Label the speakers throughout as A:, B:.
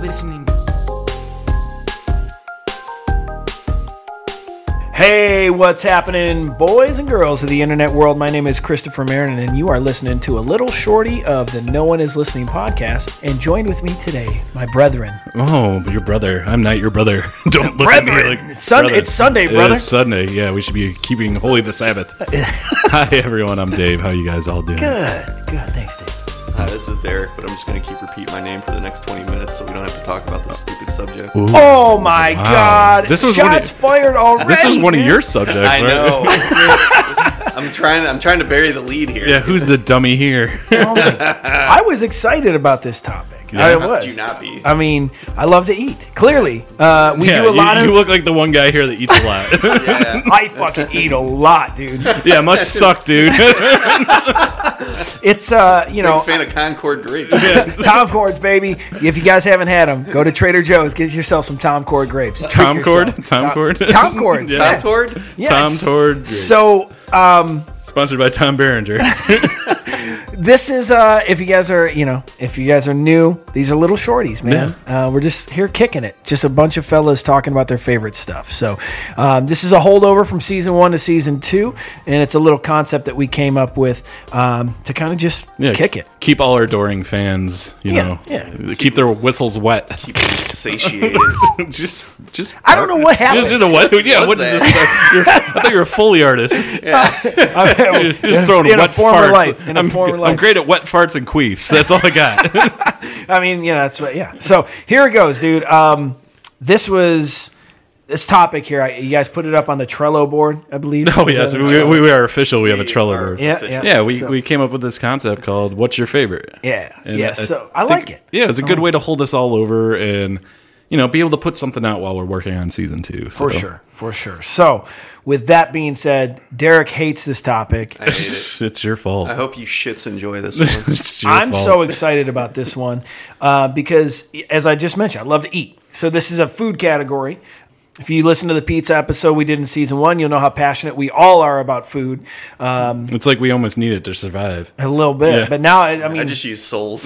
A: listening.
B: Hey, what's happening, boys and girls of the internet world? My name is Christopher Marion, and you are listening to a little shorty of the No One Is Listening podcast. And joined with me today, my brethren.
C: Oh, your brother. I'm not your brother. Don't look at me
B: Brethren.
C: like
B: It's Sun-
C: brother.
B: it's Sunday,
C: It
B: brother.
C: is Sunday. Yeah, we should be keeping holy the Sabbath. Hi, everyone. I'm Dave. How you guys all doing?
B: Good, good. Thanks, Dave.
D: Hi, this is Derek, but I'm just going to keep repeating my name for the next 20 minutes so we don't have to talk about this stupid subject.
B: Oh my God!
C: This is one
B: shots
C: of-
B: fired already.
C: This is one of
B: dude.
C: your subjects.
D: I
C: right?
D: know. I'm trying. I'm trying to bury the lead here.
C: Yeah, who's the dummy here?
B: Oh my- I was excited about this topic. I
D: How
B: was.
D: could you not be?
B: I mean, I love to eat. Clearly, uh, we
C: yeah,
B: do a
C: you,
B: lot
C: you
B: of.
C: look like the one guy here that eats a lot.
D: Yeah.
B: I fucking eat a lot, dude.
C: yeah, must suck, dude.
B: It's uh, you know,
D: Big fan of Concord grapes.
B: Tom Cords, baby. If you guys haven't had them, go to Trader Joe's, get yourself some Tom Cord grapes. Treat
C: Tom
B: yourself.
C: Cord? Tom Cord?
B: Tom Cords.
C: Yeah.
B: yeah.
D: Tom Tord?
B: Yeah,
C: Tom
B: it's-
C: Tord.
B: So um,
C: Sponsored by Tom Berenger.
B: this is uh, if you guys are you know if you guys are new, these are little shorties, man. Uh, we're just here kicking it, just a bunch of fellas talking about their favorite stuff. So um, this is a holdover from season one to season two, and it's a little concept that we came up with um, to kind of just
C: Yeah,
B: kick it.
C: Keep all our adoring fans, you
B: Yeah,
C: know.
B: yeah.
C: Keep their whistles wet.
D: Keep me satiated.
C: just, just.
B: I don't know what happened.
C: Just in a wet. Yeah, what
D: What's
C: is this? stuff? You're, I thought you were a Foley artist. You're
B: I-
C: just throwing
B: in
C: wet
B: a former
C: farts.
B: life. In a
C: I'm,
B: former
C: I'm
B: life.
C: great at wet farts and queefs. That's all I got.
B: I mean, yeah, that's what. Yeah. So here it goes, dude. Um, this was this topic here. I, you guys put it up on the Trello board, I believe.
C: oh,
B: Is
C: yes.
B: that-
C: We, we, we are official. We have a Trello
D: are.
C: board.
B: yeah, yeah,
C: Yeah, we,
B: so-
C: we came up with this concept called "What's Your Favorite?"
B: Yeah,
C: And
B: yeah. so I,
C: think-
B: like it.
C: Yeah, it's a good way to hold us all over and you know be able to put something out while we're working on season two.
B: For sure, for sure. So, with that being said, Derek hates this topic.
D: I hate it.
C: it's, it's your fault.
D: I hope you shits enjoy this one.
C: It's your
B: I'm
C: fault.
B: so excited about this one uh, because, as I just mentioned, I love to eat. So this is a food category. If you listen to the pizza episode we did in season one, you'll know how passionate we all are about food. Um,
C: It's like we almost need it to survive.
B: a little bit,
C: Yeah.
B: but now I, I mean,
D: I just use souls.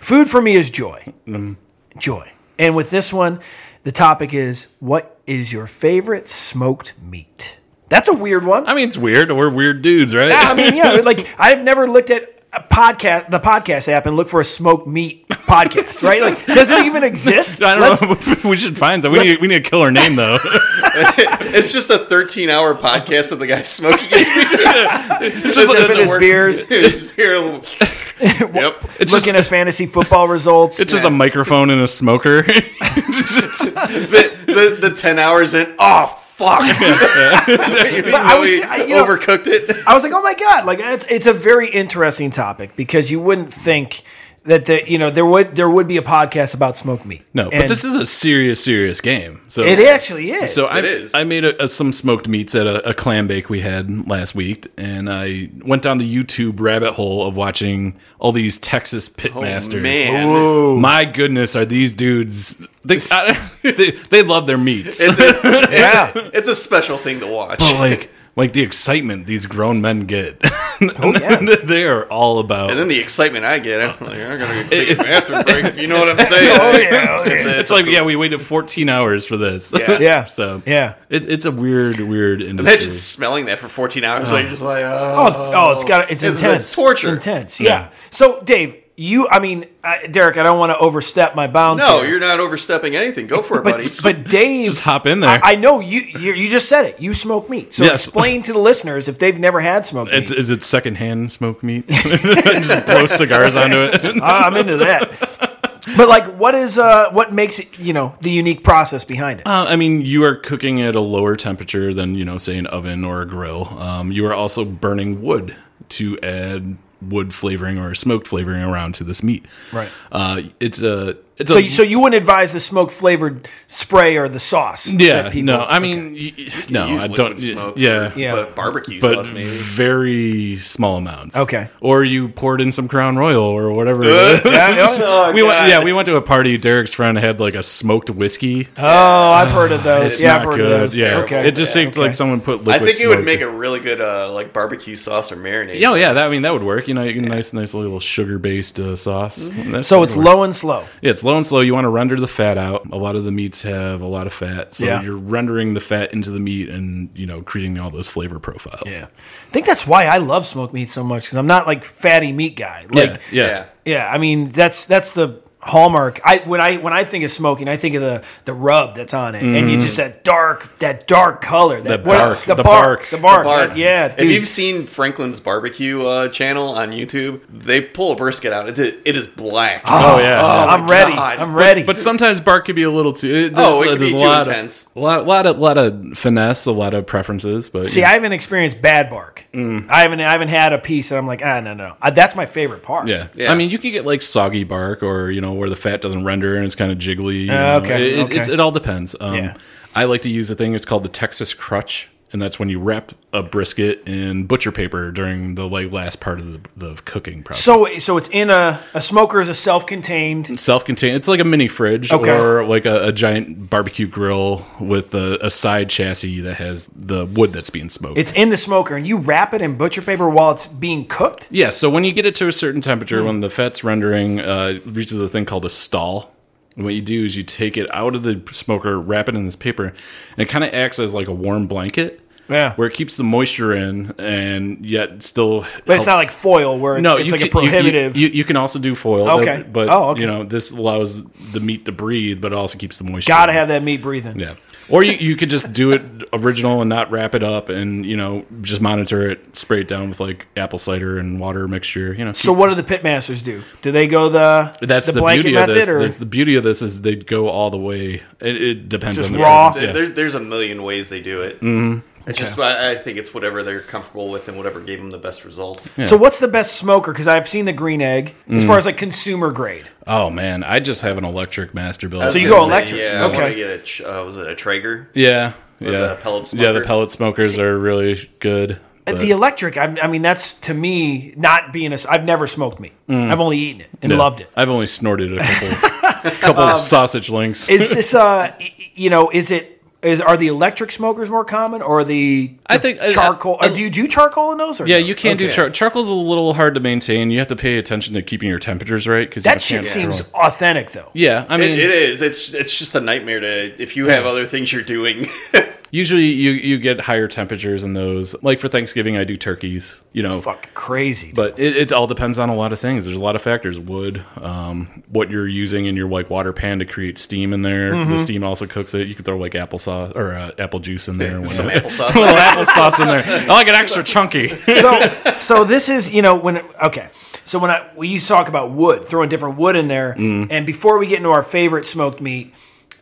B: Food for me is joy.
C: Mm-hmm.
B: Joy. And with this one, the topic is what is your favorite smoked meat? That's a weird one.
C: I mean, it's weird. We're weird dudes, right?
B: I mean, yeah, like I've never looked at a podcast, the podcast app, and looked for a smoked meat podcast, right? Like, does it even exist?
C: I
B: Let's-
C: don't know. We should find some. We need, we need to kill her name though.
D: it's just a 13 hour podcast of the guy smoking his It's
B: just sipping his beers.
D: just hear a little. yep.
C: It's just
B: Looking at fantasy football results.
C: it's just a microphone and a smoker. It's just-
D: the, the, the 10 hours in. Oh, fuck. you mean
B: I was-
D: really
B: I- you know-
D: overcooked it?
B: I was like, oh my god, like it's, it's a very interesting topic because you wouldn't think that the, you know there would there would be a podcast about smoked meat.
C: no, but
B: And
C: this is a serious, serious game. So
B: it actually is.
C: So I,
D: is.
C: I made a, a, some smoked meats at a, a clam bake we had last week, and I went down the YouTube rabbit hole of watching all these Texas pit masters.
D: Oh, Man.
B: Oh.
C: My goodness, are these dudes? They, I, they, they love their meats.
D: It's a, it's,
B: Yeah.
D: a, it's a special thing to watch.
C: But, like like the excitement these grown men get.
B: Oh, yeah.
C: they are all about.
D: And then the excitement I get, I'm like, I'm gonna go take a bathroom break. If you know what I'm saying?
B: Oh, yeah, oh, yeah.
C: it's like yeah, we waited 14 hours for this.
D: Yeah.
B: Yeah.
C: so
B: Yeah.
C: it, it's a weird, weird industry.
D: imagine smelling that for 14 hours. Like you're just like,
B: Oh,
D: oh,
B: it's- oh, it's got it's
D: It's-
B: intense.
D: it's torture.
B: It's intense. Yeah.
C: Yeah.
B: So Dave, you, I mean, I, Derek, I don't want to overstep my bounds.
D: no,
B: here,
D: you're not overstepping anything. Go for it,
B: But
D: buddy.
B: but Dave,
C: Just hop in there.
B: I, I know you, you. You just said it. You smoke meat. So
C: Yes.
B: explain to the listeners if they've never had smoked
C: It's,
B: meat.
C: is it secondhand smoked meat? Just blow cigars onto it. Uh,
B: I- I'm into that. But like, what is uh, what makes it? You know, the unique process behind it.
C: Uh, I mean, you are cooking at a lower temperature than you know, say an oven or a grill. Um, you are also burning wood to add wood flavoring or smoked flavoring around to this meat.
B: Right.
C: Uh, it's a it's
B: so,
C: a
B: you- so you wouldn't advise the smoke flavored spray or the sauce?
C: yeah
B: that people-
C: no. I mean y- y- no,
D: Use
C: I
D: liquid
C: don't.
D: smoke
C: yeah.
D: or-
B: Yeah.
D: But barbecue
C: But
D: sauce, maybe.
C: very small amounts.
B: Okay.
C: Or you poured in some Crown Royal or whatever.
D: Oh,
C: we went,
D: God.
C: yeah, we went to a party. Derek's friend had like a smoked whiskey.
B: Oh, I've heard of those.
C: It's
B: yeah,
C: not
B: I've heard
C: good.
B: of those.
C: Yeah,
B: Okay.
C: it just seems like someone put
D: I
C: liquid.
D: think it would
C: smoke
D: make a really good uh, like barbecue sauce or marinade.
C: Yeah, oh, yeah. That, I mean, that would work. You know, you get a nice, nice little sugar-based uh, sauce. That's-
B: Mm-hmm. so it's low and slow.
C: yeah, it's slow and slow. You want to render the fat out. A lot of the meats have a lot of fat, so
B: Yeah.
C: you're rendering the fat into the meat and you know creating all those flavor profiles.
B: Yeah. I think that's why I love smoked meat so much because I'm not like fatty meat guy. Like,
C: yeah, yeah.
D: Yeah.
B: Yeah, I mean that's that's the hallmark. I when I when I think of smoking, I think of the the rub that's on it, and you just that dark that dark color, that
C: Mm-hmm. The bark,
B: the,
C: the
B: bark,
C: bark.
B: the bark,
D: Barb,
B: that- yeah.
D: If
B: dude.
D: you've seen Franklin's barbecue uh, channel on YouTube, they pull a brisket out. It, it is black.
B: Ah.
C: Oh yeah. yeah.
B: I'm
D: my
B: ready.
D: God.
B: I'm ready.
C: But sometimes bark could be a little too. It, there's-
D: Oh,
C: uh,
D: it could be
C: there's a
D: too
C: lot of-
D: intense.
C: A lot, lot of, lot of finesse, a lot of preferences. But
B: See,
C: yeah.
B: I haven't experienced bad bark.
C: Mm.
B: I haven't. I haven't had a piece, and I'm like, ah, no, no. I, that's my favorite part.
C: yeah.
D: Yeah.
C: I mean, you can get like soggy bark, or you know, where the fat doesn't render and it's kind of jiggly. you
B: Uh,
C: know.
B: okay,
C: It, it- it's-
B: okay.
C: it all depends. Um,
B: Yeah.
C: I like to use a thing. It's called the Texas crutch, and that's when you wrap a brisket in butcher paper during the like last part of the, the cooking process.
B: So, so it's in a a smoker is a self-contained.
C: self-contained. It's like a mini fridge
B: Okay.
C: or like a, a giant barbecue grill with a, a side chassis that has the wood that's being smoked.
B: It's in the smoker, and you wrap it in butcher paper while it's being cooked.
C: yeah. So when you get it to a certain
B: Hmm.
C: temperature, when the fat's rendering, uh, it reaches a thing called a stall. And what you do is you take it out of the smoker, wrap it in this paper, and it kind of acts as like a warm blanket.
B: Yeah.
C: Where it keeps the moisture in and yet still.
B: But it's not like foil where it's,
C: No,
B: it's
C: you
B: like a
C: can- you- you-
B: prohibitive.
C: You, you, can also do foil.
B: Okay.
C: But,
B: Oh, okay.
C: you know, this allows the meat to breathe, but it also keeps the moisture.
B: Gotta
C: in.
B: have that meat breathing.
C: Yeah. Or you, you could just do it original and not wrap it up and, you know, just monitor it, spray it down with like apple cider and water mixture, you know.
B: So what do the pit masters do? Do they go the
C: that's the,
B: blanket
C: beauty of
B: method
C: this.
B: or
C: There's the beauty of this is they go all the way. It, it depends
B: Just
C: on the
B: raw?
C: preference, yeah.
D: There, there's a million ways they do it.
B: Mm-hmm.
D: It's just I I think it's whatever they're comfortable with and whatever gave them the best results.
B: so what's the best smoker? Because I've seen the green egg
C: Mm.
B: as far as like consumer grade.
C: Oh man, I just have an electric master build.
B: So you
D: I was
B: go
D: gonna say,
B: electric.
D: Yeah, I want
B: Okay.
D: to get a Tr- uh, was it a Traeger?
C: yeah, yeah.
D: the pellet
C: Yeah, the
D: smoker.
C: pellet smokers are really good. but-
B: the electric, I, I mean, that's to me not being a. s- I've never smoked meat. I've only eaten it and
C: Mm. yeah.
B: loved it.
C: I've only snorted a couple, couple
D: Um,
C: of sausage links.
B: Is this uh, y- you know, is it is are the electric smokers more common or the
C: I think uh,
B: charcoal? or do you do charcoal in those? Or
C: Yeah,
B: no?
C: you can do
D: Okay.
C: char- charcoal's a little hard to maintain. You have to pay attention to keeping your temperatures right because
B: That shit seems authentic though.
C: Yeah, I mean,
D: It, it is. It's it's just a nightmare to if you have other things you're doing.
C: usually you you get higher temperatures in those. Like for Thanksgiving, I do turkeys. You know,
B: Fuck, crazy. But
C: but it, it all depends on a lot of things. There's a lot of factors: wood, um, what you're using in your like water pan to create steam in there.
B: Mm-hmm.
C: The steam also cooks it. You could throw like applesauce or uh, apple juice in there. and
D: Some
C: whatnot.
D: applesauce.
C: Little applesauce in there. Oh, I like it extra chunky.
B: so, so this is you know when okay. So when I we used to talk about wood, throwing different wood in there, and before we get into our favorite smoked meat,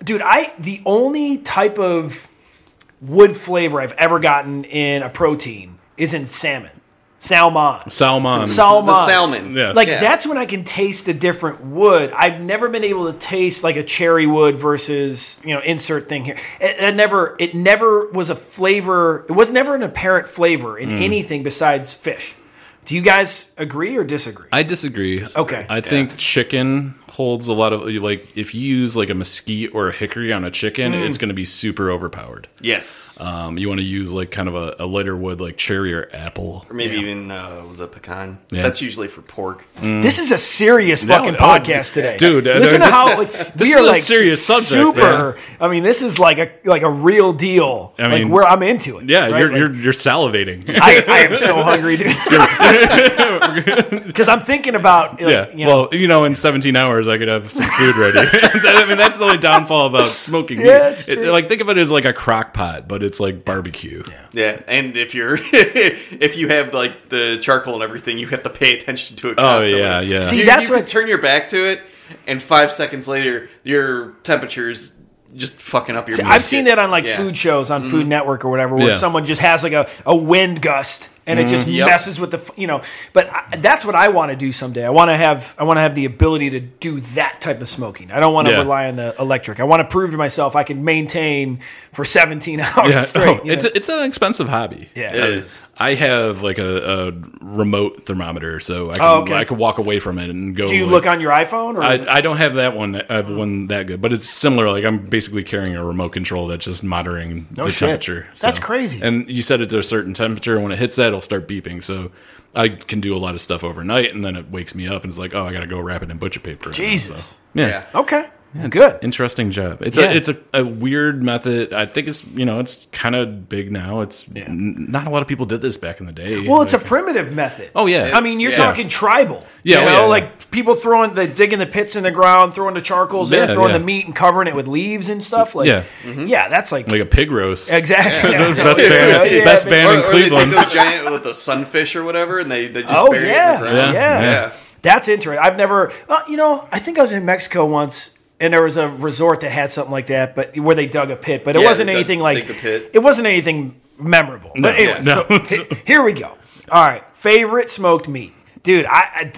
B: dude, I the only type of wood flavor I've ever gotten in a protein is in salmon, salmon,
C: Salmon.
B: salmon,
D: the salmon.
C: Yeah.
B: Like
D: Yeah.
B: that's when I can taste the different wood. I've never been able to taste like a cherry wood versus you know insert thing here. It, it never it never was a flavor. It was never an apparent flavor
C: Mm.
B: in anything besides fish. Do you guys agree or disagree?
C: I disagree.
B: Okay.
C: I think chicken holds a lot of like if you use like a mesquite or a hickory on a chicken,
B: Mm.
C: it's going to be super overpowered.
D: yes,
C: Um, you want to use like kind of a, a lighter wood like cherry or apple.
D: or maybe even uh, was it pecan?
C: Yeah.
D: That's usually for pork.
C: Mm.
B: this is a serious
C: No,
B: fucking
C: no,
B: podcast today,
C: dude, uh,
B: Listen to
C: this-
B: how like,
C: this
B: we
C: is
B: are
C: a
B: like
C: serious subject,
B: Super. I mean, this is like a like a real deal.
C: I
B: like
C: mean-
B: where I'm into it.
C: Yeah,
B: right?
C: you're,
B: Like,
C: you're you're salivating.
B: I, I am so hungry, dude. Because I'm thinking about like,
C: yeah.
B: you know,
C: Well, you know, in 17 hours, I could have some food ready. I mean, that's the only downfall about smoking. meat.
B: Yeah, it's
C: It-
B: true.
C: like think of it as like a crock pot, but it's like barbecue.
D: Yeah, and if you're if you have like the charcoal and everything, you have to pay attention to it.
C: Oh
D: Constantly.
C: yeah, yeah.
B: See,
D: you,
B: that's
D: you
B: what-
D: can turn your back to it, and five seconds later, your temperature's just fucking up your.
B: I've seen
D: brisket.
B: that on like
D: Yeah.
B: food shows on Food Network or whatever, where
C: Mm-hmm. Yeah. Mm-hmm.
B: someone just has like a, a wind gust and it just
D: Yep.
B: messes with the f- you know. But I, that's what I want to do someday. I want to have I want to have the ability to do that type of smoking. I don't want to
C: Yeah.
B: rely on the electric. I want to prove to myself I can maintain for 17 hours
C: Yeah.
B: straight.
C: Oh,
B: you
C: it's
B: know?
C: it's an expensive hobby.
B: Yeah.
D: It is.
C: I have like a, a remote thermometer, so I can,
B: Oh, okay.
C: I can walk away from it and go.
B: do you
C: like-
B: look on your iPhone or is it-
C: I, I don't have that one. that- I have one that good, but it's similar. Like I'm basically carrying a remote control that's just monitoring the
B: shit.
C: temperature.
B: That's crazy.
C: And you set it to a certain temperature, and when it hits that, it'll start beeping. So I can do a lot of stuff overnight, and then it wakes me up and it's like, oh, I got to go wrap it in butcher paper. right now.
B: Jesus.
C: So, yeah.
D: Yeah.
B: Okay.
C: It's
B: Good.
C: interesting job. It's
B: Yeah.
C: a it's a, a weird method. I think it's you know it's kind of big now. It's n- not a lot of people did this back in the day.
B: Well, it's a
C: Like-
B: primitive method.
C: Oh, yeah.
B: I mean, you're
C: Yeah.
B: talking tribal.
C: Yeah,
B: you
C: oh,
B: know,
C: yeah.
B: like people throwing the digging the pits in the ground, throwing the charcoals in,
C: Yeah,
B: throwing
C: yeah.
B: the meat and covering it with leaves and stuff. Like,
C: Yeah.
B: yeah, that's like,
C: like a pig roast.
B: exactly
C: Best band,
B: Yeah,
C: best
B: yeah,
C: band in
D: or, or they take
C: Cleveland.
D: those giant with the sunfish or whatever, and they, they just
B: Oh
D: bury it in
B: yeah.
D: the
B: yeah,
D: ground.
C: Yeah.
B: That's interesting. I've never, well, you know, I think I was in Mexico once, and there was a resort that had something like that, but where they dug a pit, but it
D: Yeah,
B: wasn't
D: they dug-
B: anything
D: dig
B: like
D: the pit.
B: it wasn't anything memorable. but anyway,
C: no.
B: so, he- here we go. All right, favorite smoked meat, dude. I, I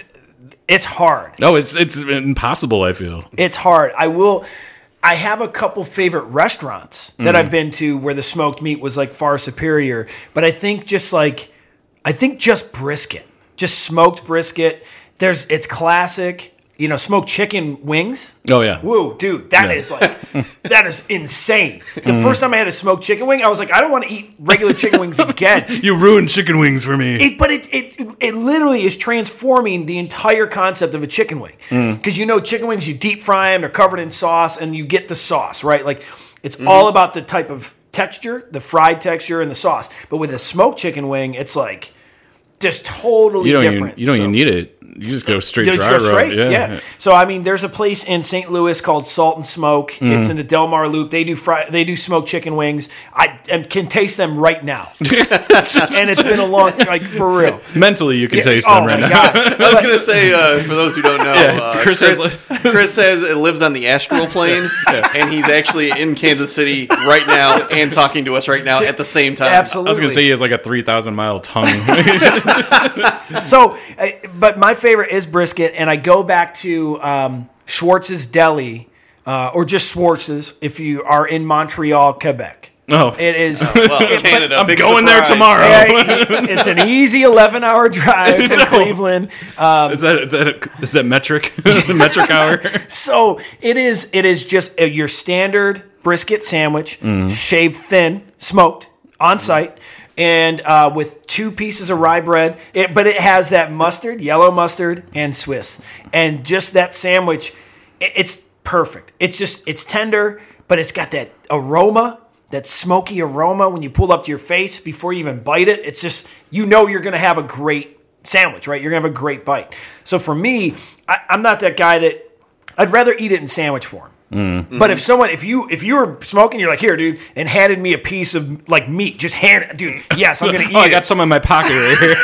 B: it's hard.
C: No, it's it's impossible. I feel.
B: It's hard. I will. I have a couple favorite restaurants that I've been to where the smoked meat was like far superior, but I think just like I think just brisket, just smoked brisket. There's it's classic. You know, smoked chicken wings.
C: Oh yeah.
B: Whoa, dude, that
C: Yeah.
B: is like that is insane. The first time I had a smoked chicken wing, I was like, I don't want to eat regular chicken wings again.
C: You ruined chicken wings for me.
B: It, but it, it it literally is transforming the entire concept of a chicken wing
C: Mm.
B: because you know chicken wings you deep fry them they're covered in sauce and you get the sauce right like it's
C: Mm-hmm.
B: all about the type of texture the fried texture and the sauce but with a smoked chicken wing it's like just totally
C: you don't
B: different
C: even you don't
B: So-
C: even need it. You just go straight
B: they just
C: dry
B: go
C: rub.
B: straight.
C: Yeah.
B: Yeah. So I mean, there's a place in St. Louis called Salt and Smoke.
C: Mm-hmm.
B: It's in the Del Mar Loop. They do fry. They do smoked chicken wings. I and can taste them right now. and it's been a long like for real.
C: Mentally, you can taste
B: oh
C: them right
B: my
C: now.
B: god.
D: I was gonna say uh, for those who don't know, uh,
C: Chris
D: Chris,
C: has-
D: Chris, says it lives on the astral plane, and he's actually in Kansas City right now and talking to us right now at the same time.
B: Absolutely.
C: I was gonna say he has like a three thousand mile tongue.
B: so, uh, but my favorite is brisket, and I go back to um, Schwartz's Deli, uh, or just Schwartz's if you are in Montreal, Quebec.
C: oh,
B: It is.
D: Well, Canada,
C: I'm
D: big
C: going
D: surprise.
C: there tomorrow.
B: Yeah, it's an easy 11 hour drive
C: So-
B: to Cleveland.
C: Is that, is that is that metric metric hour?
B: So it is. It is just uh, your standard brisket sandwich, shaved thin, smoked on site, and uh, with two pieces of rye bread. It, but it has that mustard, yellow mustard, and Swiss, and just that sandwich. i- it's perfect. It's just it's tender, but it's got that aroma. That smoky aroma when you pull up to your face before you even bite it, it's just you know you're gonna have a great sandwich, right? You're gonna have a great bite. So for me, I, I'm not that guy that I'd rather eat it in sandwich form. But if someone, if you, if you were smoking, you're like, here, dude, and handed me a piece of like meat, just hand it, dude. Yes, I'm gonna eat
C: Oh, I
B: it.
C: got some in my pocket right here.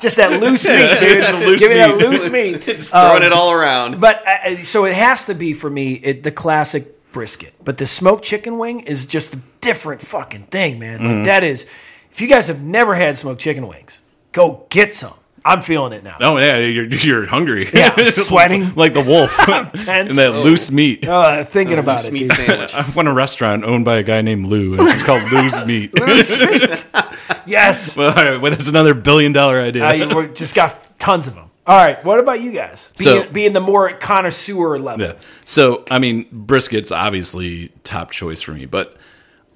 B: just that loose meat, dude.
C: Loose
B: Give me that
C: meat.
B: loose meat.
D: It's throwing it all around.
B: But uh, so it has to be for me it, the classic brisket. But the smoked chicken wing is just a different fucking thing, man. Like that is, if you guys have never had smoked chicken wings, go get some. I'm feeling it now.
C: Oh yeah, you're, you're hungry.
B: Yeah, I'm sweating.
C: like the wolf.
B: tense.
C: And that loose meat.
B: Uh, thinking about it,
D: Meat
B: dude.
D: sandwich.
C: I went to a restaurant owned by a guy named Lou, and it's called Lou's Meat.
B: yes.
C: All right, well, that's another billion dollar idea.
B: I we just got tons of them. All right, what about you guys? Being,
C: So-
B: being the more connoisseur level.
C: Yeah. So, I mean, brisket's obviously top choice for me, but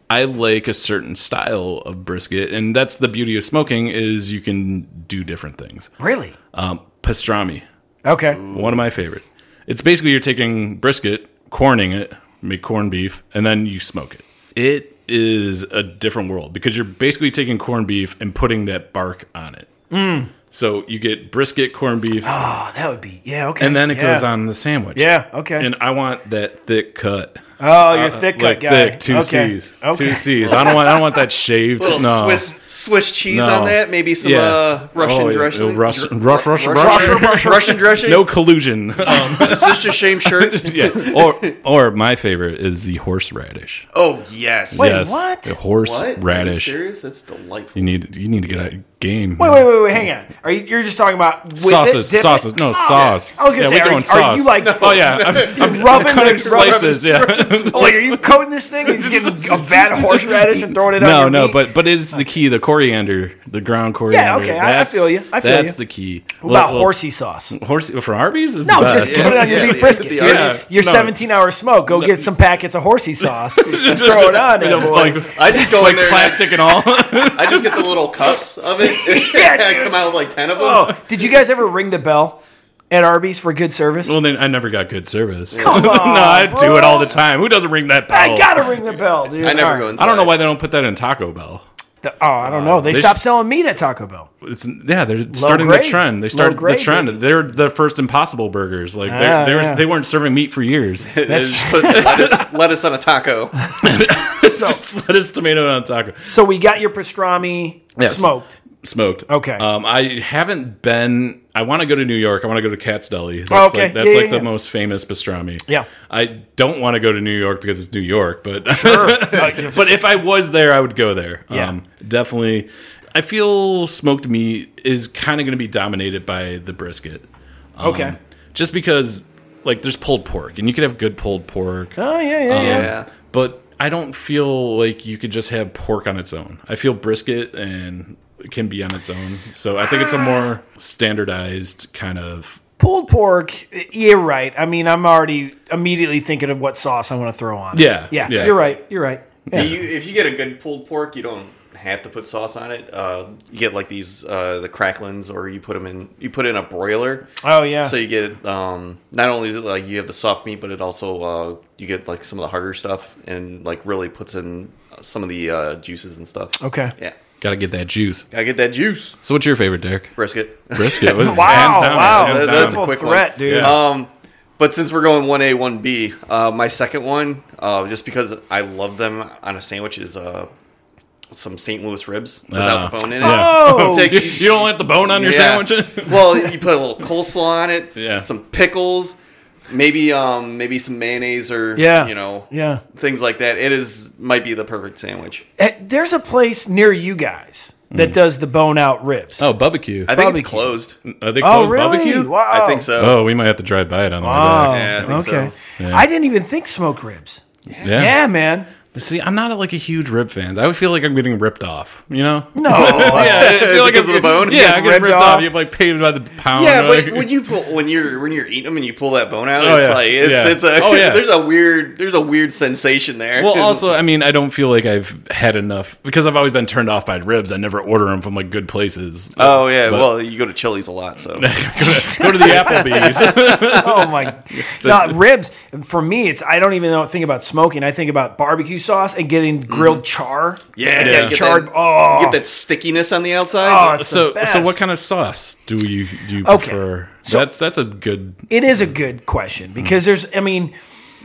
C: I like a certain style of brisket, and that's the beauty of smoking is you can do different things.
B: Really?
C: Um, pastrami,
B: Okay.
C: one of my favorite. It's basically you're taking brisket, corning it, make corned beef, and then you smoke it. It is a different world because you're basically taking corned beef and putting that bark on it.
B: Mm.
C: So you get brisket, corned beef,
B: Oh, that would be yeah. Okay.
C: and then it
B: Yeah.
C: goes on the sandwich.
B: Yeah. Okay.
C: And I want that thick cut,
B: oh, you're thick cut
C: uh, like
B: guy.
C: thick, two
B: okay.
C: C's,
B: Okay.
C: two C's. I don't want, I don't want that shaved.
D: little
C: no.
D: Swiss Swiss cheese
C: No.
D: on that. Maybe some
C: Yeah.
D: uh, Russian
C: Oh, yeah.
D: dressing.
C: Russ-
D: Dr-
C: Russ- Russ-
D: Russian,
C: Russ-
D: Russian dressing.
C: No collusion. Um,
D: it's just a shame shirt.
C: yeah. Or, or my favorite is the horseradish.
D: Oh yes.
B: Wait, what?
C: The
D: What? Are you
C: horseradish.
D: serious? That's delightful.
C: You need you need to get a game.
B: Wait, wait, wait, wait. Hang on. Are you? You're just talking about with it,
C: sauces,
B: dip it?
C: sauces, no
B: Oh,
C: sauce.
B: I was gonna
C: yeah,
B: say,
C: we're
B: are,
C: going
B: are
C: sauce.
B: you like?
C: oh yeah, I'm, I'm
B: rubbing
C: cutting
B: the-
C: slices. yeah,
B: I'm like, are you coating this thing? He's getting a vat of horseradish and throwing it on
C: no,
B: your
C: no,
B: meat?
C: but but it's the key. The coriander, the ground coriander.
B: Yeah, okay, I- I
C: that's-
B: feel you, I feel
C: that's
B: you.
C: the key.
B: What about
C: Little-
B: horsey sauce?
C: Horse for Arby's? It's
B: No,
C: the
B: just
C: best.
B: put it on your
D: Yeah,
B: beef
D: yeah,
B: brisket.
D: the
B: dude.
C: Arby's.
B: Your
C: No.
B: 17 hour smoke. Go get some packets of horsey sauce and throw it on
C: You
B: there,
C: know,
B: boy.
C: like,
D: I just go
C: like
D: in there. and I-
C: plastic and all.
D: I just get the little cups of it.
B: Yeah,
D: I
B: dude.
D: come out with like ten of them.
B: Oh, did you guys ever ring the bell at Arby's for good service?
C: well, then I never got good service.
B: Come
C: no,
B: on,
C: I do
B: bro.
C: it all the time. Who doesn't ring that bell?
B: I gotta ring the bell, dude.
D: I never
B: All
D: go Uh,
B: right.
D: inside.
C: I don't know why they don't put that in Taco Bell.
B: The- oh, I don't know. They,
C: They
B: stopped
C: sh-
B: selling meat at Taco Bell.
C: It's yeah, they're starting
B: grade.
C: the trend. They
B: Low
C: started the
B: grade,
C: trend. They're the first Impossible Burgers. Like they're,
B: Ah,
C: they, were,
B: yeah.
C: they weren't serving meat for years.
D: They just put lettuce, lettuce on a taco.
B: So,
C: Just lettuce, tomato on a taco.
B: so we got your pastrami
C: Yes.
B: smoked.
C: Smoked.
B: Okay.
C: Um, I haven't been. I want to go to New York. I want to go to Cat's Deli. That's
B: Oh, okay.
C: Like, that's
B: Yeah,
C: like
B: yeah,
C: the
B: yeah.
C: most famous pastrami.
B: Yeah.
C: I don't want to go to New York because it's New York, but
D: Uh,
C: but if I was there, I would go there. Um,
B: Yeah.
C: definitely. I feel smoked meat is kind of going to be dominated by the brisket. Um,
B: Okay.
C: Just because, like, there's pulled pork, and you could have good pulled pork.
B: Oh yeah, yeah, yeah.
D: Yeah.
C: But I don't feel like you could just have pork on its own. I feel brisket and it can be on its own. So I think it's a more standardized kind of.
B: Pulled pork. You're right. I mean, I'm already immediately thinking of what sauce I want to throw on. it.
C: Yeah,
B: yeah.
C: yeah.
B: You're right. You're right. Yeah.
D: You, if you get a good pulled pork, you don't have to put sauce on it. Uh, you get like these uh, the cracklins, or you put them in. You put in a broiler,
B: Oh yeah.
D: so you get um, not only is it like you have the soft meat, but it also uh, you get like some of the harder stuff, and like really puts in some of the uh, juices and stuff.
B: okay.
D: Yeah,
C: Got to get that juice.
D: gotta get that juice
C: So what's your favorite, Derek?
D: brisket.
C: Brisket. was
B: Wow,
C: hands down,
B: wow,
C: hands
D: Oh, That-
C: down.
D: that's a quick
B: threat,
D: one.
B: dude.
C: Yeah.
D: Um, but since we're going one A, one B, uh, my second one, uh, just because I love them on a sandwich, is uh, some St. Louis ribs
C: Uh,
D: without the bone in it.
B: Oh,
C: You, you don't want the bone on your
D: Yeah.
C: sandwich?
D: well, you put a little coleslaw on it.
C: Yeah.
D: Some pickles, maybe um maybe some mayonnaise or
B: Yeah.
D: you know
B: Yeah.
D: things like that. It is might be the perfect sandwich.
B: Eh, There's a place near you guys that does the bone out ribs.
C: oh, barbecue.
D: I think
B: Barbecue.
D: it's closed.
C: Are they
B: Oh,
C: closed
B: really?
C: barbecue?
B: Wow.
D: I think so.
C: Oh, we might have to drive by it on the
B: Oh,
C: way
D: Yeah, I think
B: okay.
C: so. Yeah.
B: I didn't even think smoke ribs.
C: back.
B: Yeah, man.
C: See, I'm not like a huge rib fan. I would feel like I'm getting ripped off. You know?
B: No.
C: yeah, I feel like it's
D: Because of the bone?
C: Yeah, I get ripped,
B: ripped
C: off.
B: off.
C: You have like paid by the pound.
D: Yeah,
C: like,
D: but when you pull when you're when you're eating them and you pull that bone out,
C: Oh,
D: it's
C: yeah.
D: like it's,
C: Yeah.
D: it's a
C: Oh, yeah.
D: there's a weird there's a weird sensation there.
C: well, also, I mean, I don't feel like I've had enough because I've always been turned off by ribs. I never order them from like good places.
B: Uh,
D: oh yeah.
C: But-
D: well, you go to Chili's a lot, so
C: go to the Applebee's.
B: oh my. No, ribs for me, it's I don't even know, think about smoking. I think about barbecue sauce and getting grilled char.
D: yeah,
C: Yeah.
D: you get
B: Charred-
D: That,
B: oh.
D: you get that stickiness on the
B: Oh,
D: outside.
B: it's
C: so,
B: the best.
C: so what kind of sauce do you do you
B: Okay.
C: prefer? that's that's a good.
B: It is a good question because there's. I mean,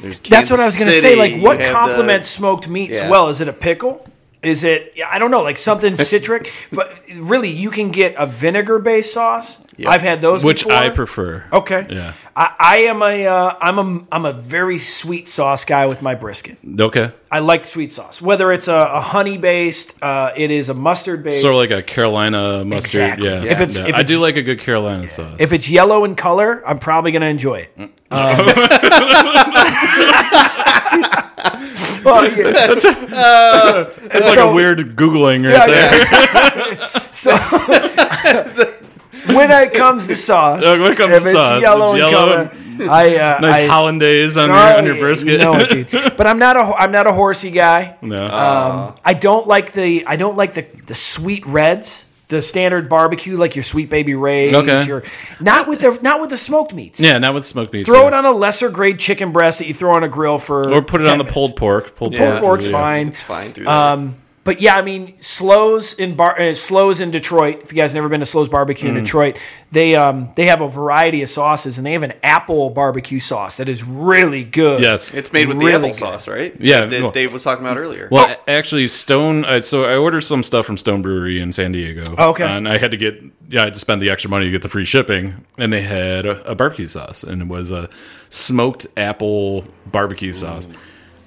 D: There's
B: that's what
D: Kansas
B: I was going to say.
D: City,
B: Like,
D: you
B: what
D: have the-
B: complements smoked meats
D: Yeah.
B: well? Is it a pickle? Is it? yeah, I don't know. Like something citric, but really, you can get a vinegar-based sauce. I've had those,
C: Which
B: before.
C: I prefer.
B: Okay.
C: Yeah.
B: I, I am a uh, I'm a I'm a very sweet sauce guy with my brisket.
C: Okay.
B: I like sweet sauce. Whether it's a, a honey based, uh, it is a mustard based.
C: Sort of like a Carolina mustard.
B: Exactly.
C: Yeah.
B: If it's-
C: Yeah.
B: if
C: I
B: it's-
C: do like a good Carolina sauce.
B: if it's yellow in color, I'm probably going to enjoy it. Um, well, yeah.
C: it's like
B: so-
C: a weird googling
B: Yeah,
C: right there.
B: yeah. so Oh, when it comes to sauce,
C: Uh, when it comes
B: if
C: to
B: it's
C: sauce,
B: yellow,
C: it's
B: in
C: yellow
B: color, I uh,
C: Nice
B: I,
C: hollandaise on
B: Oh,
C: your on your
B: yeah,
C: brisket.
B: you know it, dude. But I'm not a ho- I'm not a horsey guy.
C: no.
B: Um, I don't like the I don't like the the sweet reds. The standard barbecue, like your sweet baby rays,
C: Okay.
B: your not with the not with the smoked meats.
C: yeah, not with smoked meat.
B: Throw it on a lesser grade chicken breast that you throw on a grill for,
C: or put it
B: 10
C: on the
B: minutes.
C: pulled pork. Pulled
D: Yeah.
C: pork.
B: pork's
C: yeah.
B: fine.
D: It's fine through that.
B: Um, but yeah, I mean Slows in bar uh, Slows in Detroit. If you guys never been to Slows Barbecue
C: Mm.
B: in Detroit, they um they have a variety of sauces and they have an apple barbecue sauce that is really good.
C: Yes.
D: It's made with
B: Really
D: the
B: good.
D: applesauce, right?
C: Yeah,
D: that
C: well-
D: Dave was talking about earlier.
C: well,
B: Oh.
C: a- actually, Stone. I, so I ordered some stuff from Stone Brewery in San Diego.
B: Okay.
C: and I had to get yeah, I had to spend the extra money to get the free shipping, and they had a, a barbecue sauce, and it was a smoked apple barbecue sauce.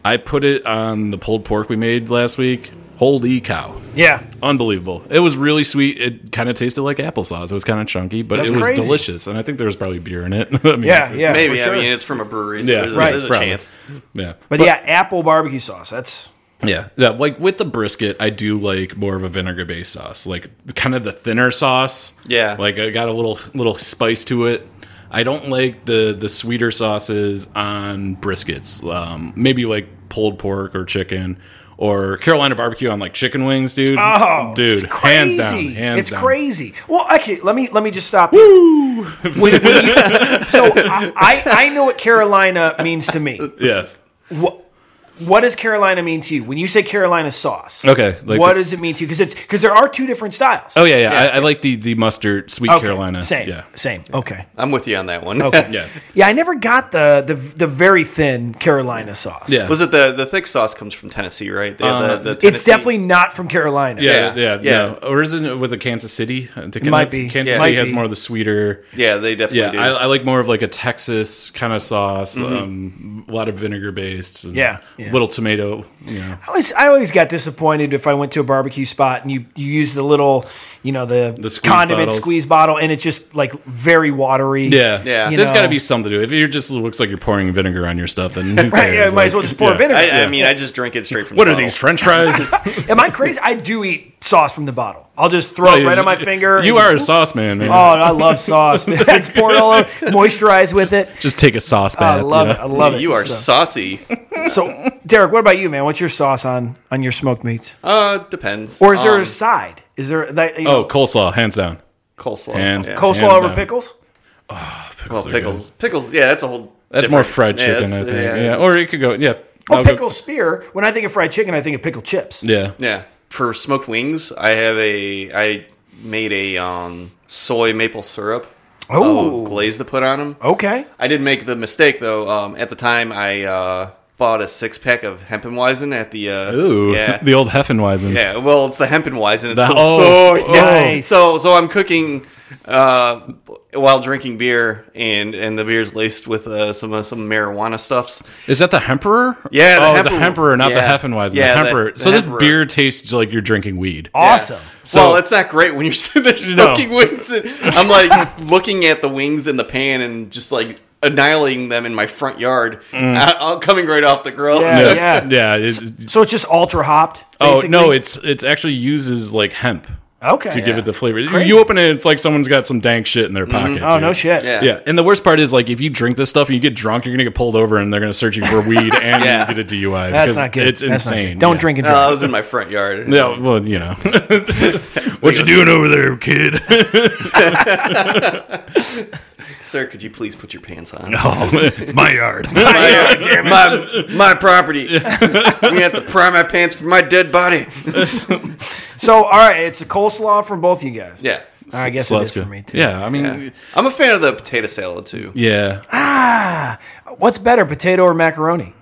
C: I put it on the pulled pork we made last week. Holy cow.
B: Yeah.
C: Unbelievable. It was really sweet. It kind of tasted like applesauce. It was kind of chunky, but
B: That's
C: it was
B: crazy.
C: delicious. And I think there was probably beer in it. I mean,
B: Yeah,
C: it's-
B: yeah.
D: Maybe.
B: for sure.
D: I mean, it's from a brewery, so
C: Yeah,
D: there's, a,
C: right,
D: there's a
C: probably.
D: chance.
C: Yeah.
B: But, yeah, apple barbecue sauce. That's
C: Yeah, yeah. Like with the brisket, I do like more of a vinegar-based sauce, like kind of the thinner sauce.
D: Yeah.
C: like I got a little little spice to it. I don't like the the sweeter sauces on briskets. Um, maybe like pulled pork or chicken or Carolina barbecue on like chicken wings, dude.
B: oh,
C: dude,
B: it's
C: hands down,
B: crazy.
C: hands
B: it's
C: down.
B: crazy. Well, actually, let me let me just stop. you. When- when you- so I, I I know what Carolina means to me.
C: Yes.
B: What what does Carolina mean to you when you say Carolina sauce?
C: Okay. Like
B: what does it mean to you? Because it's because there are two different styles.
C: Oh yeah, yeah. I, I like the the mustard sweet
B: Okay,
C: Carolina.
B: Same.
C: Yeah.
B: Same. Okay.
D: I'm with you on that one.
B: Okay.
C: Yeah.
B: Yeah, I never got the the, the very thin Carolina sauce.
C: Yeah.
D: Was it the the thick sauce comes from Tennessee, right? They have the, the
B: Um, It's
D: Tennessee-
B: definitely not from Carolina.
C: Yeah, yeah,
D: Yeah,
C: yeah.
D: yeah.
C: no. Or isn't it with the Kansas City? I think it
B: might be.
C: Kansas
B: Yeah.
C: City
B: Might
C: has
B: be.
C: more of the sweeter.
D: Yeah, they definitely
C: Yeah,
D: do.
C: I, I like more of like a Texas kind of sauce. Um, a lot of vinegar based. and
B: Mm-hmm. Yeah, yeah.
C: little tomato. You know.
B: I always, I always got disappointed if I went to a barbecue spot and you, you use the little, you know, the,
C: The squeeze
B: condiment
C: bottles.
B: squeeze bottle and it's just like very watery.
C: Yeah,
D: Yeah. You
C: There's got to
B: know.
C: be something to it. If it just looks like you're pouring vinegar on your stuff, then who cares?
B: Right, yeah, might
C: Like,
B: as well just pour
C: yeah.
B: vinegar.
D: I, I mean, I just drink it straight from.
C: What
D: the
C: are
D: bottle.
C: these French fries?
B: Am I crazy? I do eat sauce from the bottle. I'll just throw it right on my finger.
C: Oh, You
B: and-
C: are a sauce man, man.
B: Oh, I love sauce. It's poured all over, moisturized with it.
C: Just take a sauce bath.
B: Oh, I love
C: you
B: it. I
C: know?
B: love it.
D: You are
B: so,
D: saucy.
B: so, Derek. What about you, man? What's your sauce on on your smoked meats?
D: Uh, depends.
B: Or is there
D: Um,
B: a side? Is there that you know,
C: Oh, coleslaw, hands down. Oh,
D: coleslaw?
C: and-
D: yeah.
B: coleslaw
C: and,
B: over
C: um,
B: pickles?
D: well,
B: Oh,
C: are good.
D: pickles. Pickles. Yeah, that's a whole.
C: That's more fried chicken, I
D: that's-
C: think. Yeah, or it could go. Yeah.
B: Oh,
C: I'll go-
B: pickle spear. When I think of fried chicken, I think of pickle chips.
C: Yeah.
D: Yeah. For smoked wings, I have a I made a um, soy maple syrup.
B: Oh.
D: um, glaze to put on them.
C: Oh.
B: Okay.
D: I did make the mistake though. Um, at the time, I uh, bought a six pack of Hempenweizen at the. Uh,
C: Ooh,
D: Yeah.
C: the old Heffenweizen.
D: yeah. Well, it's the Hempenweizen. It's
C: The-
D: the,
C: oh,
D: soy.
C: oh.
B: Nice.
D: So so I'm cooking uh, while drinking beer, and and the beer's laced with uh, some uh, some marijuana stuffs.
C: Is that the Hemperer?
D: Yeah, the
C: oh, the
D: Hemperer.
C: Hemperer, not
D: Yeah.
C: the Heffenweizen.
D: Yeah,
C: the
D: the-
C: Hemperer.
D: the
C: so this
D: Hemperer.
C: beer tastes like you're drinking weed.
B: Awesome.
D: So, well, it's not great when you're sitting there smoking wings. And I'm like looking at the wings in the pan and just like annihilating them in my front yard, out, out- coming right off the grill.
B: Yeah.
C: yeah. yeah it-
B: So it's just ultra hopped.
C: oh
B: basically?
C: no, it's it's actually uses like hemp
B: okay.
C: to give it the flavor.
B: Crazy.
C: You open it, it's like someone's got some dank shit in their pocket.
B: Oh no
C: dude.
B: shit.
D: Mm-hmm. Yeah.
C: Yeah, and the worst part is like if you drink this stuff and you get drunk, you're gonna get pulled over and they're gonna search you for weed and
D: Yeah.
C: you get a DUI.
B: That's
C: because
B: not good.
C: It's
B: That's not
C: insane.
B: good. Don't
C: Yeah.
B: drink and
D: Uh, I
B: drive.
D: was in my front yard.
C: Yeah, well, you know, what you doing over there, kid?
D: Sir, could you please put your pants on?
C: oh, it's my yard.
D: My, yard, my, my property. we have to pry my pants for my dead body.
B: so all right, it's a coleslaw from both you guys.
D: Yeah.
B: I guess
C: So
B: it
C: that's
B: is for
C: good.
B: me too.
C: Yeah, I mean,
D: I'm a fan of the potato salad too.
C: yeah, yeah.
B: Ah, What's better, potato or macaroni?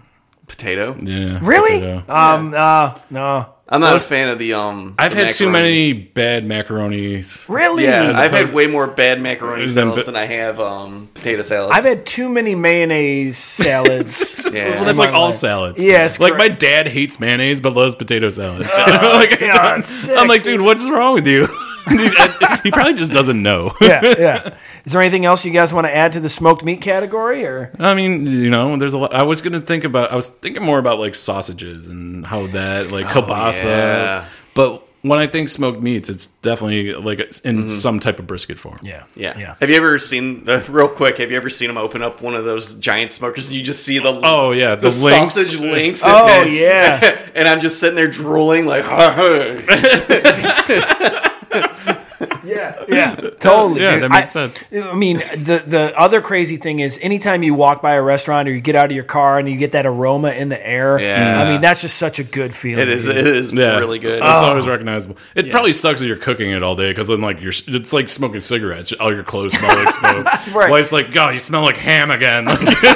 D: Potato.
B: Really?
C: potato.
B: Um. Uh, no.
D: I'm not a fan of the um.
C: I've
D: the
C: had too
D: macaroni.
C: many bad macaronis.
B: Really?
D: Yeah, I've
C: opposed-
D: had way more bad macaroni
C: Than
D: salads
C: po-
D: than I have um, potato salads.
B: I've had too many mayonnaise salads.
D: Yeah.
C: Well, that's
B: In
C: like
B: my
C: all
B: life.
C: salads.
B: Yeah, it's
C: like my
B: correct.
C: dad hates mayonnaise but loves potato salad. like,
B: yeah,
C: I'm,
B: sick,
C: like, dude, what's wrong with you? Dude, I- he probably just doesn't know.
B: yeah, yeah. Is there anything else you guys want to add to the smoked meat category, or
C: I mean, you know, there's a lot. I was gonna think about. I was thinking more about like sausages and how that like
B: Oh,
C: kielbasa.
D: yeah.
C: But when I think smoked meats, it's definitely like in
B: Mm-hmm.
C: some type of brisket form.
D: Yeah.
B: yeah?
D: Have you ever seen the real quick? Have you ever seen them open up one of those giant smokers and you just see the
C: Oh yeah,
D: the,
C: the, links.
D: sausage links?
B: Oh,
D: and,
B: yeah.
D: and I'm just sitting there drooling like,
B: Yeah, yeah, totally.
C: Yeah,
B: dude.
C: that makes
B: I-
C: sense.
B: I mean, the the other crazy thing is, anytime you walk by a restaurant or you get out of your car and you get that aroma in the air,
D: Yeah.
B: I mean, that's just such a good feeling.
D: it is
B: dude.
D: it is
C: Yeah.
D: really good.
C: It's
B: Uh,
C: always recognizable. It probably sucks that you're cooking it all day because then like you're it's like smoking cigarettes. All your clothes smell like smoke.
B: Right.
C: Wife's like, God, you smell like ham again.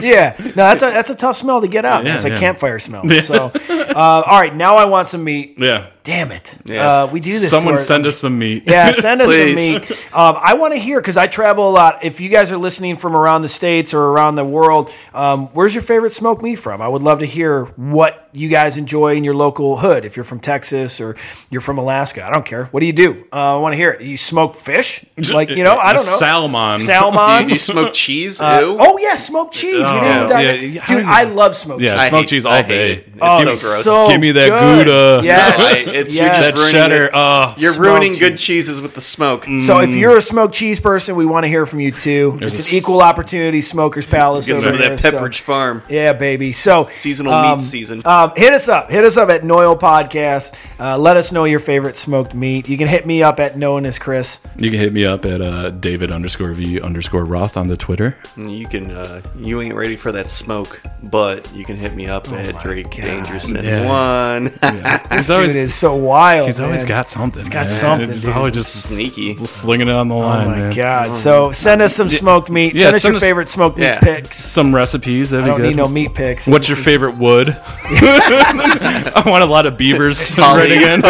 B: Yeah, no, that's a that's a tough smell to get out.
C: Yeah,
B: it's a
C: yeah.
B: campfire smell. So, uh, all right, now I want some meat.
C: yeah.
B: Damn it.
D: Yeah.
B: Uh, we do this. to
C: Someone
B: our-
C: send us some meat.
B: Yeah, send us some
D: Please.
B: meat. Um, I want to hear because I travel a lot. If you guys are listening from around the states or around the world, um, where's your favorite smoked meat from? I would love to hear what you guys enjoy in your local hood. If you're from Texas or you're from Alaska, I don't care. What do you do? Uh, I want to hear it. You smoke fish, like you know? I don't know.
C: Salmon.
D: Do you, do
B: Salmon.
D: you smoke cheese? Ew.
B: Oh yeah, smoked cheese. We didn't even
D: Oh,
B: dive
C: yeah,
B: in.
C: yeah, I
B: Dude,
C: don't
B: I
C: even-
B: love smoked
C: Yeah,
B: cheese.
D: I
C: smoked
D: hate-
C: cheese all
D: I hate
C: day.
D: it. It's
B: Oh,
D: so
B: it's
D: gross.
B: so
C: Give me that
B: good.
C: Gouda.
B: Yes.
D: Yeah, it's- you're
B: yes.
C: that
D: just ruining
C: cheddar.
D: it.
C: Oh,
D: You're
B: Smoked
D: ruining good
B: cheese.
D: cheeses with the smoke.
B: So if you're a smoked cheese person, we want to hear from you too.
C: Mm. There's
B: it's
C: a
B: an equal opportunity smokers palace
D: Get
B: over
D: some of
B: here.
D: that
B: so-
D: Pepperidge Farm.
B: Yeah, baby. So
D: Seasonal meat season.
B: Um, hit us up. Hit us up at Noil Podcast. Uh, let us know your favorite smoked meat. You can hit me up at known as Chris.
C: you can hit me up at uh, David underscore V underscore Roth on the Twitter.
D: You can uh, you ain't ready for that smoke, but you can hit me
B: Oh
D: up at Drake Dangerous and
C: Yeah.
D: one.
C: He's
B: Dude,
C: always
B: it is so wild.
C: he's always
B: man.
C: got something. He's
B: got something,
C: He's
B: dude.
C: always just
D: Sneaky.
C: s- slinging it on the
B: Oh
C: line,
B: my
C: man.
B: god! So send us some smoked meat.
C: Yeah,
B: send us
C: send
B: your
C: us-
B: favorite smoked
D: Yeah.
B: meat picks.
C: Some recipes. That'd
B: I don't
C: be good.
B: need no meat picks.
C: What's your favorite wood? I want a lot of beavers
D: Holly.
C: running in.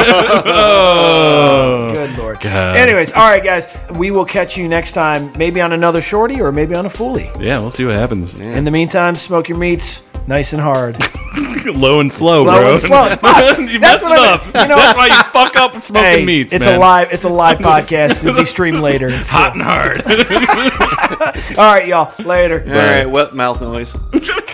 C: oh.
B: Good lord.
C: God.
B: Anyways, all right, guys. We will catch you next time, maybe on another shorty or maybe on a fully.
C: Yeah, we'll see what happens.
B: In the meantime, smoke your meats nice and hard.
C: Low and slow,
B: Low
C: bro.
B: and slow. Fuck.
C: you
B: That's
C: messed
B: what I
C: up.
B: meant. You know
C: That's
B: what?
C: why you fuck up with smoking
B: Hey,
C: meats,
B: it's
C: man.
B: a live, it's a live podcast. It'll be streamed later. It's
C: Hot and hard.
B: cool. All right, y'all. Later.
D: All right, wet mouth noise.
C: Right.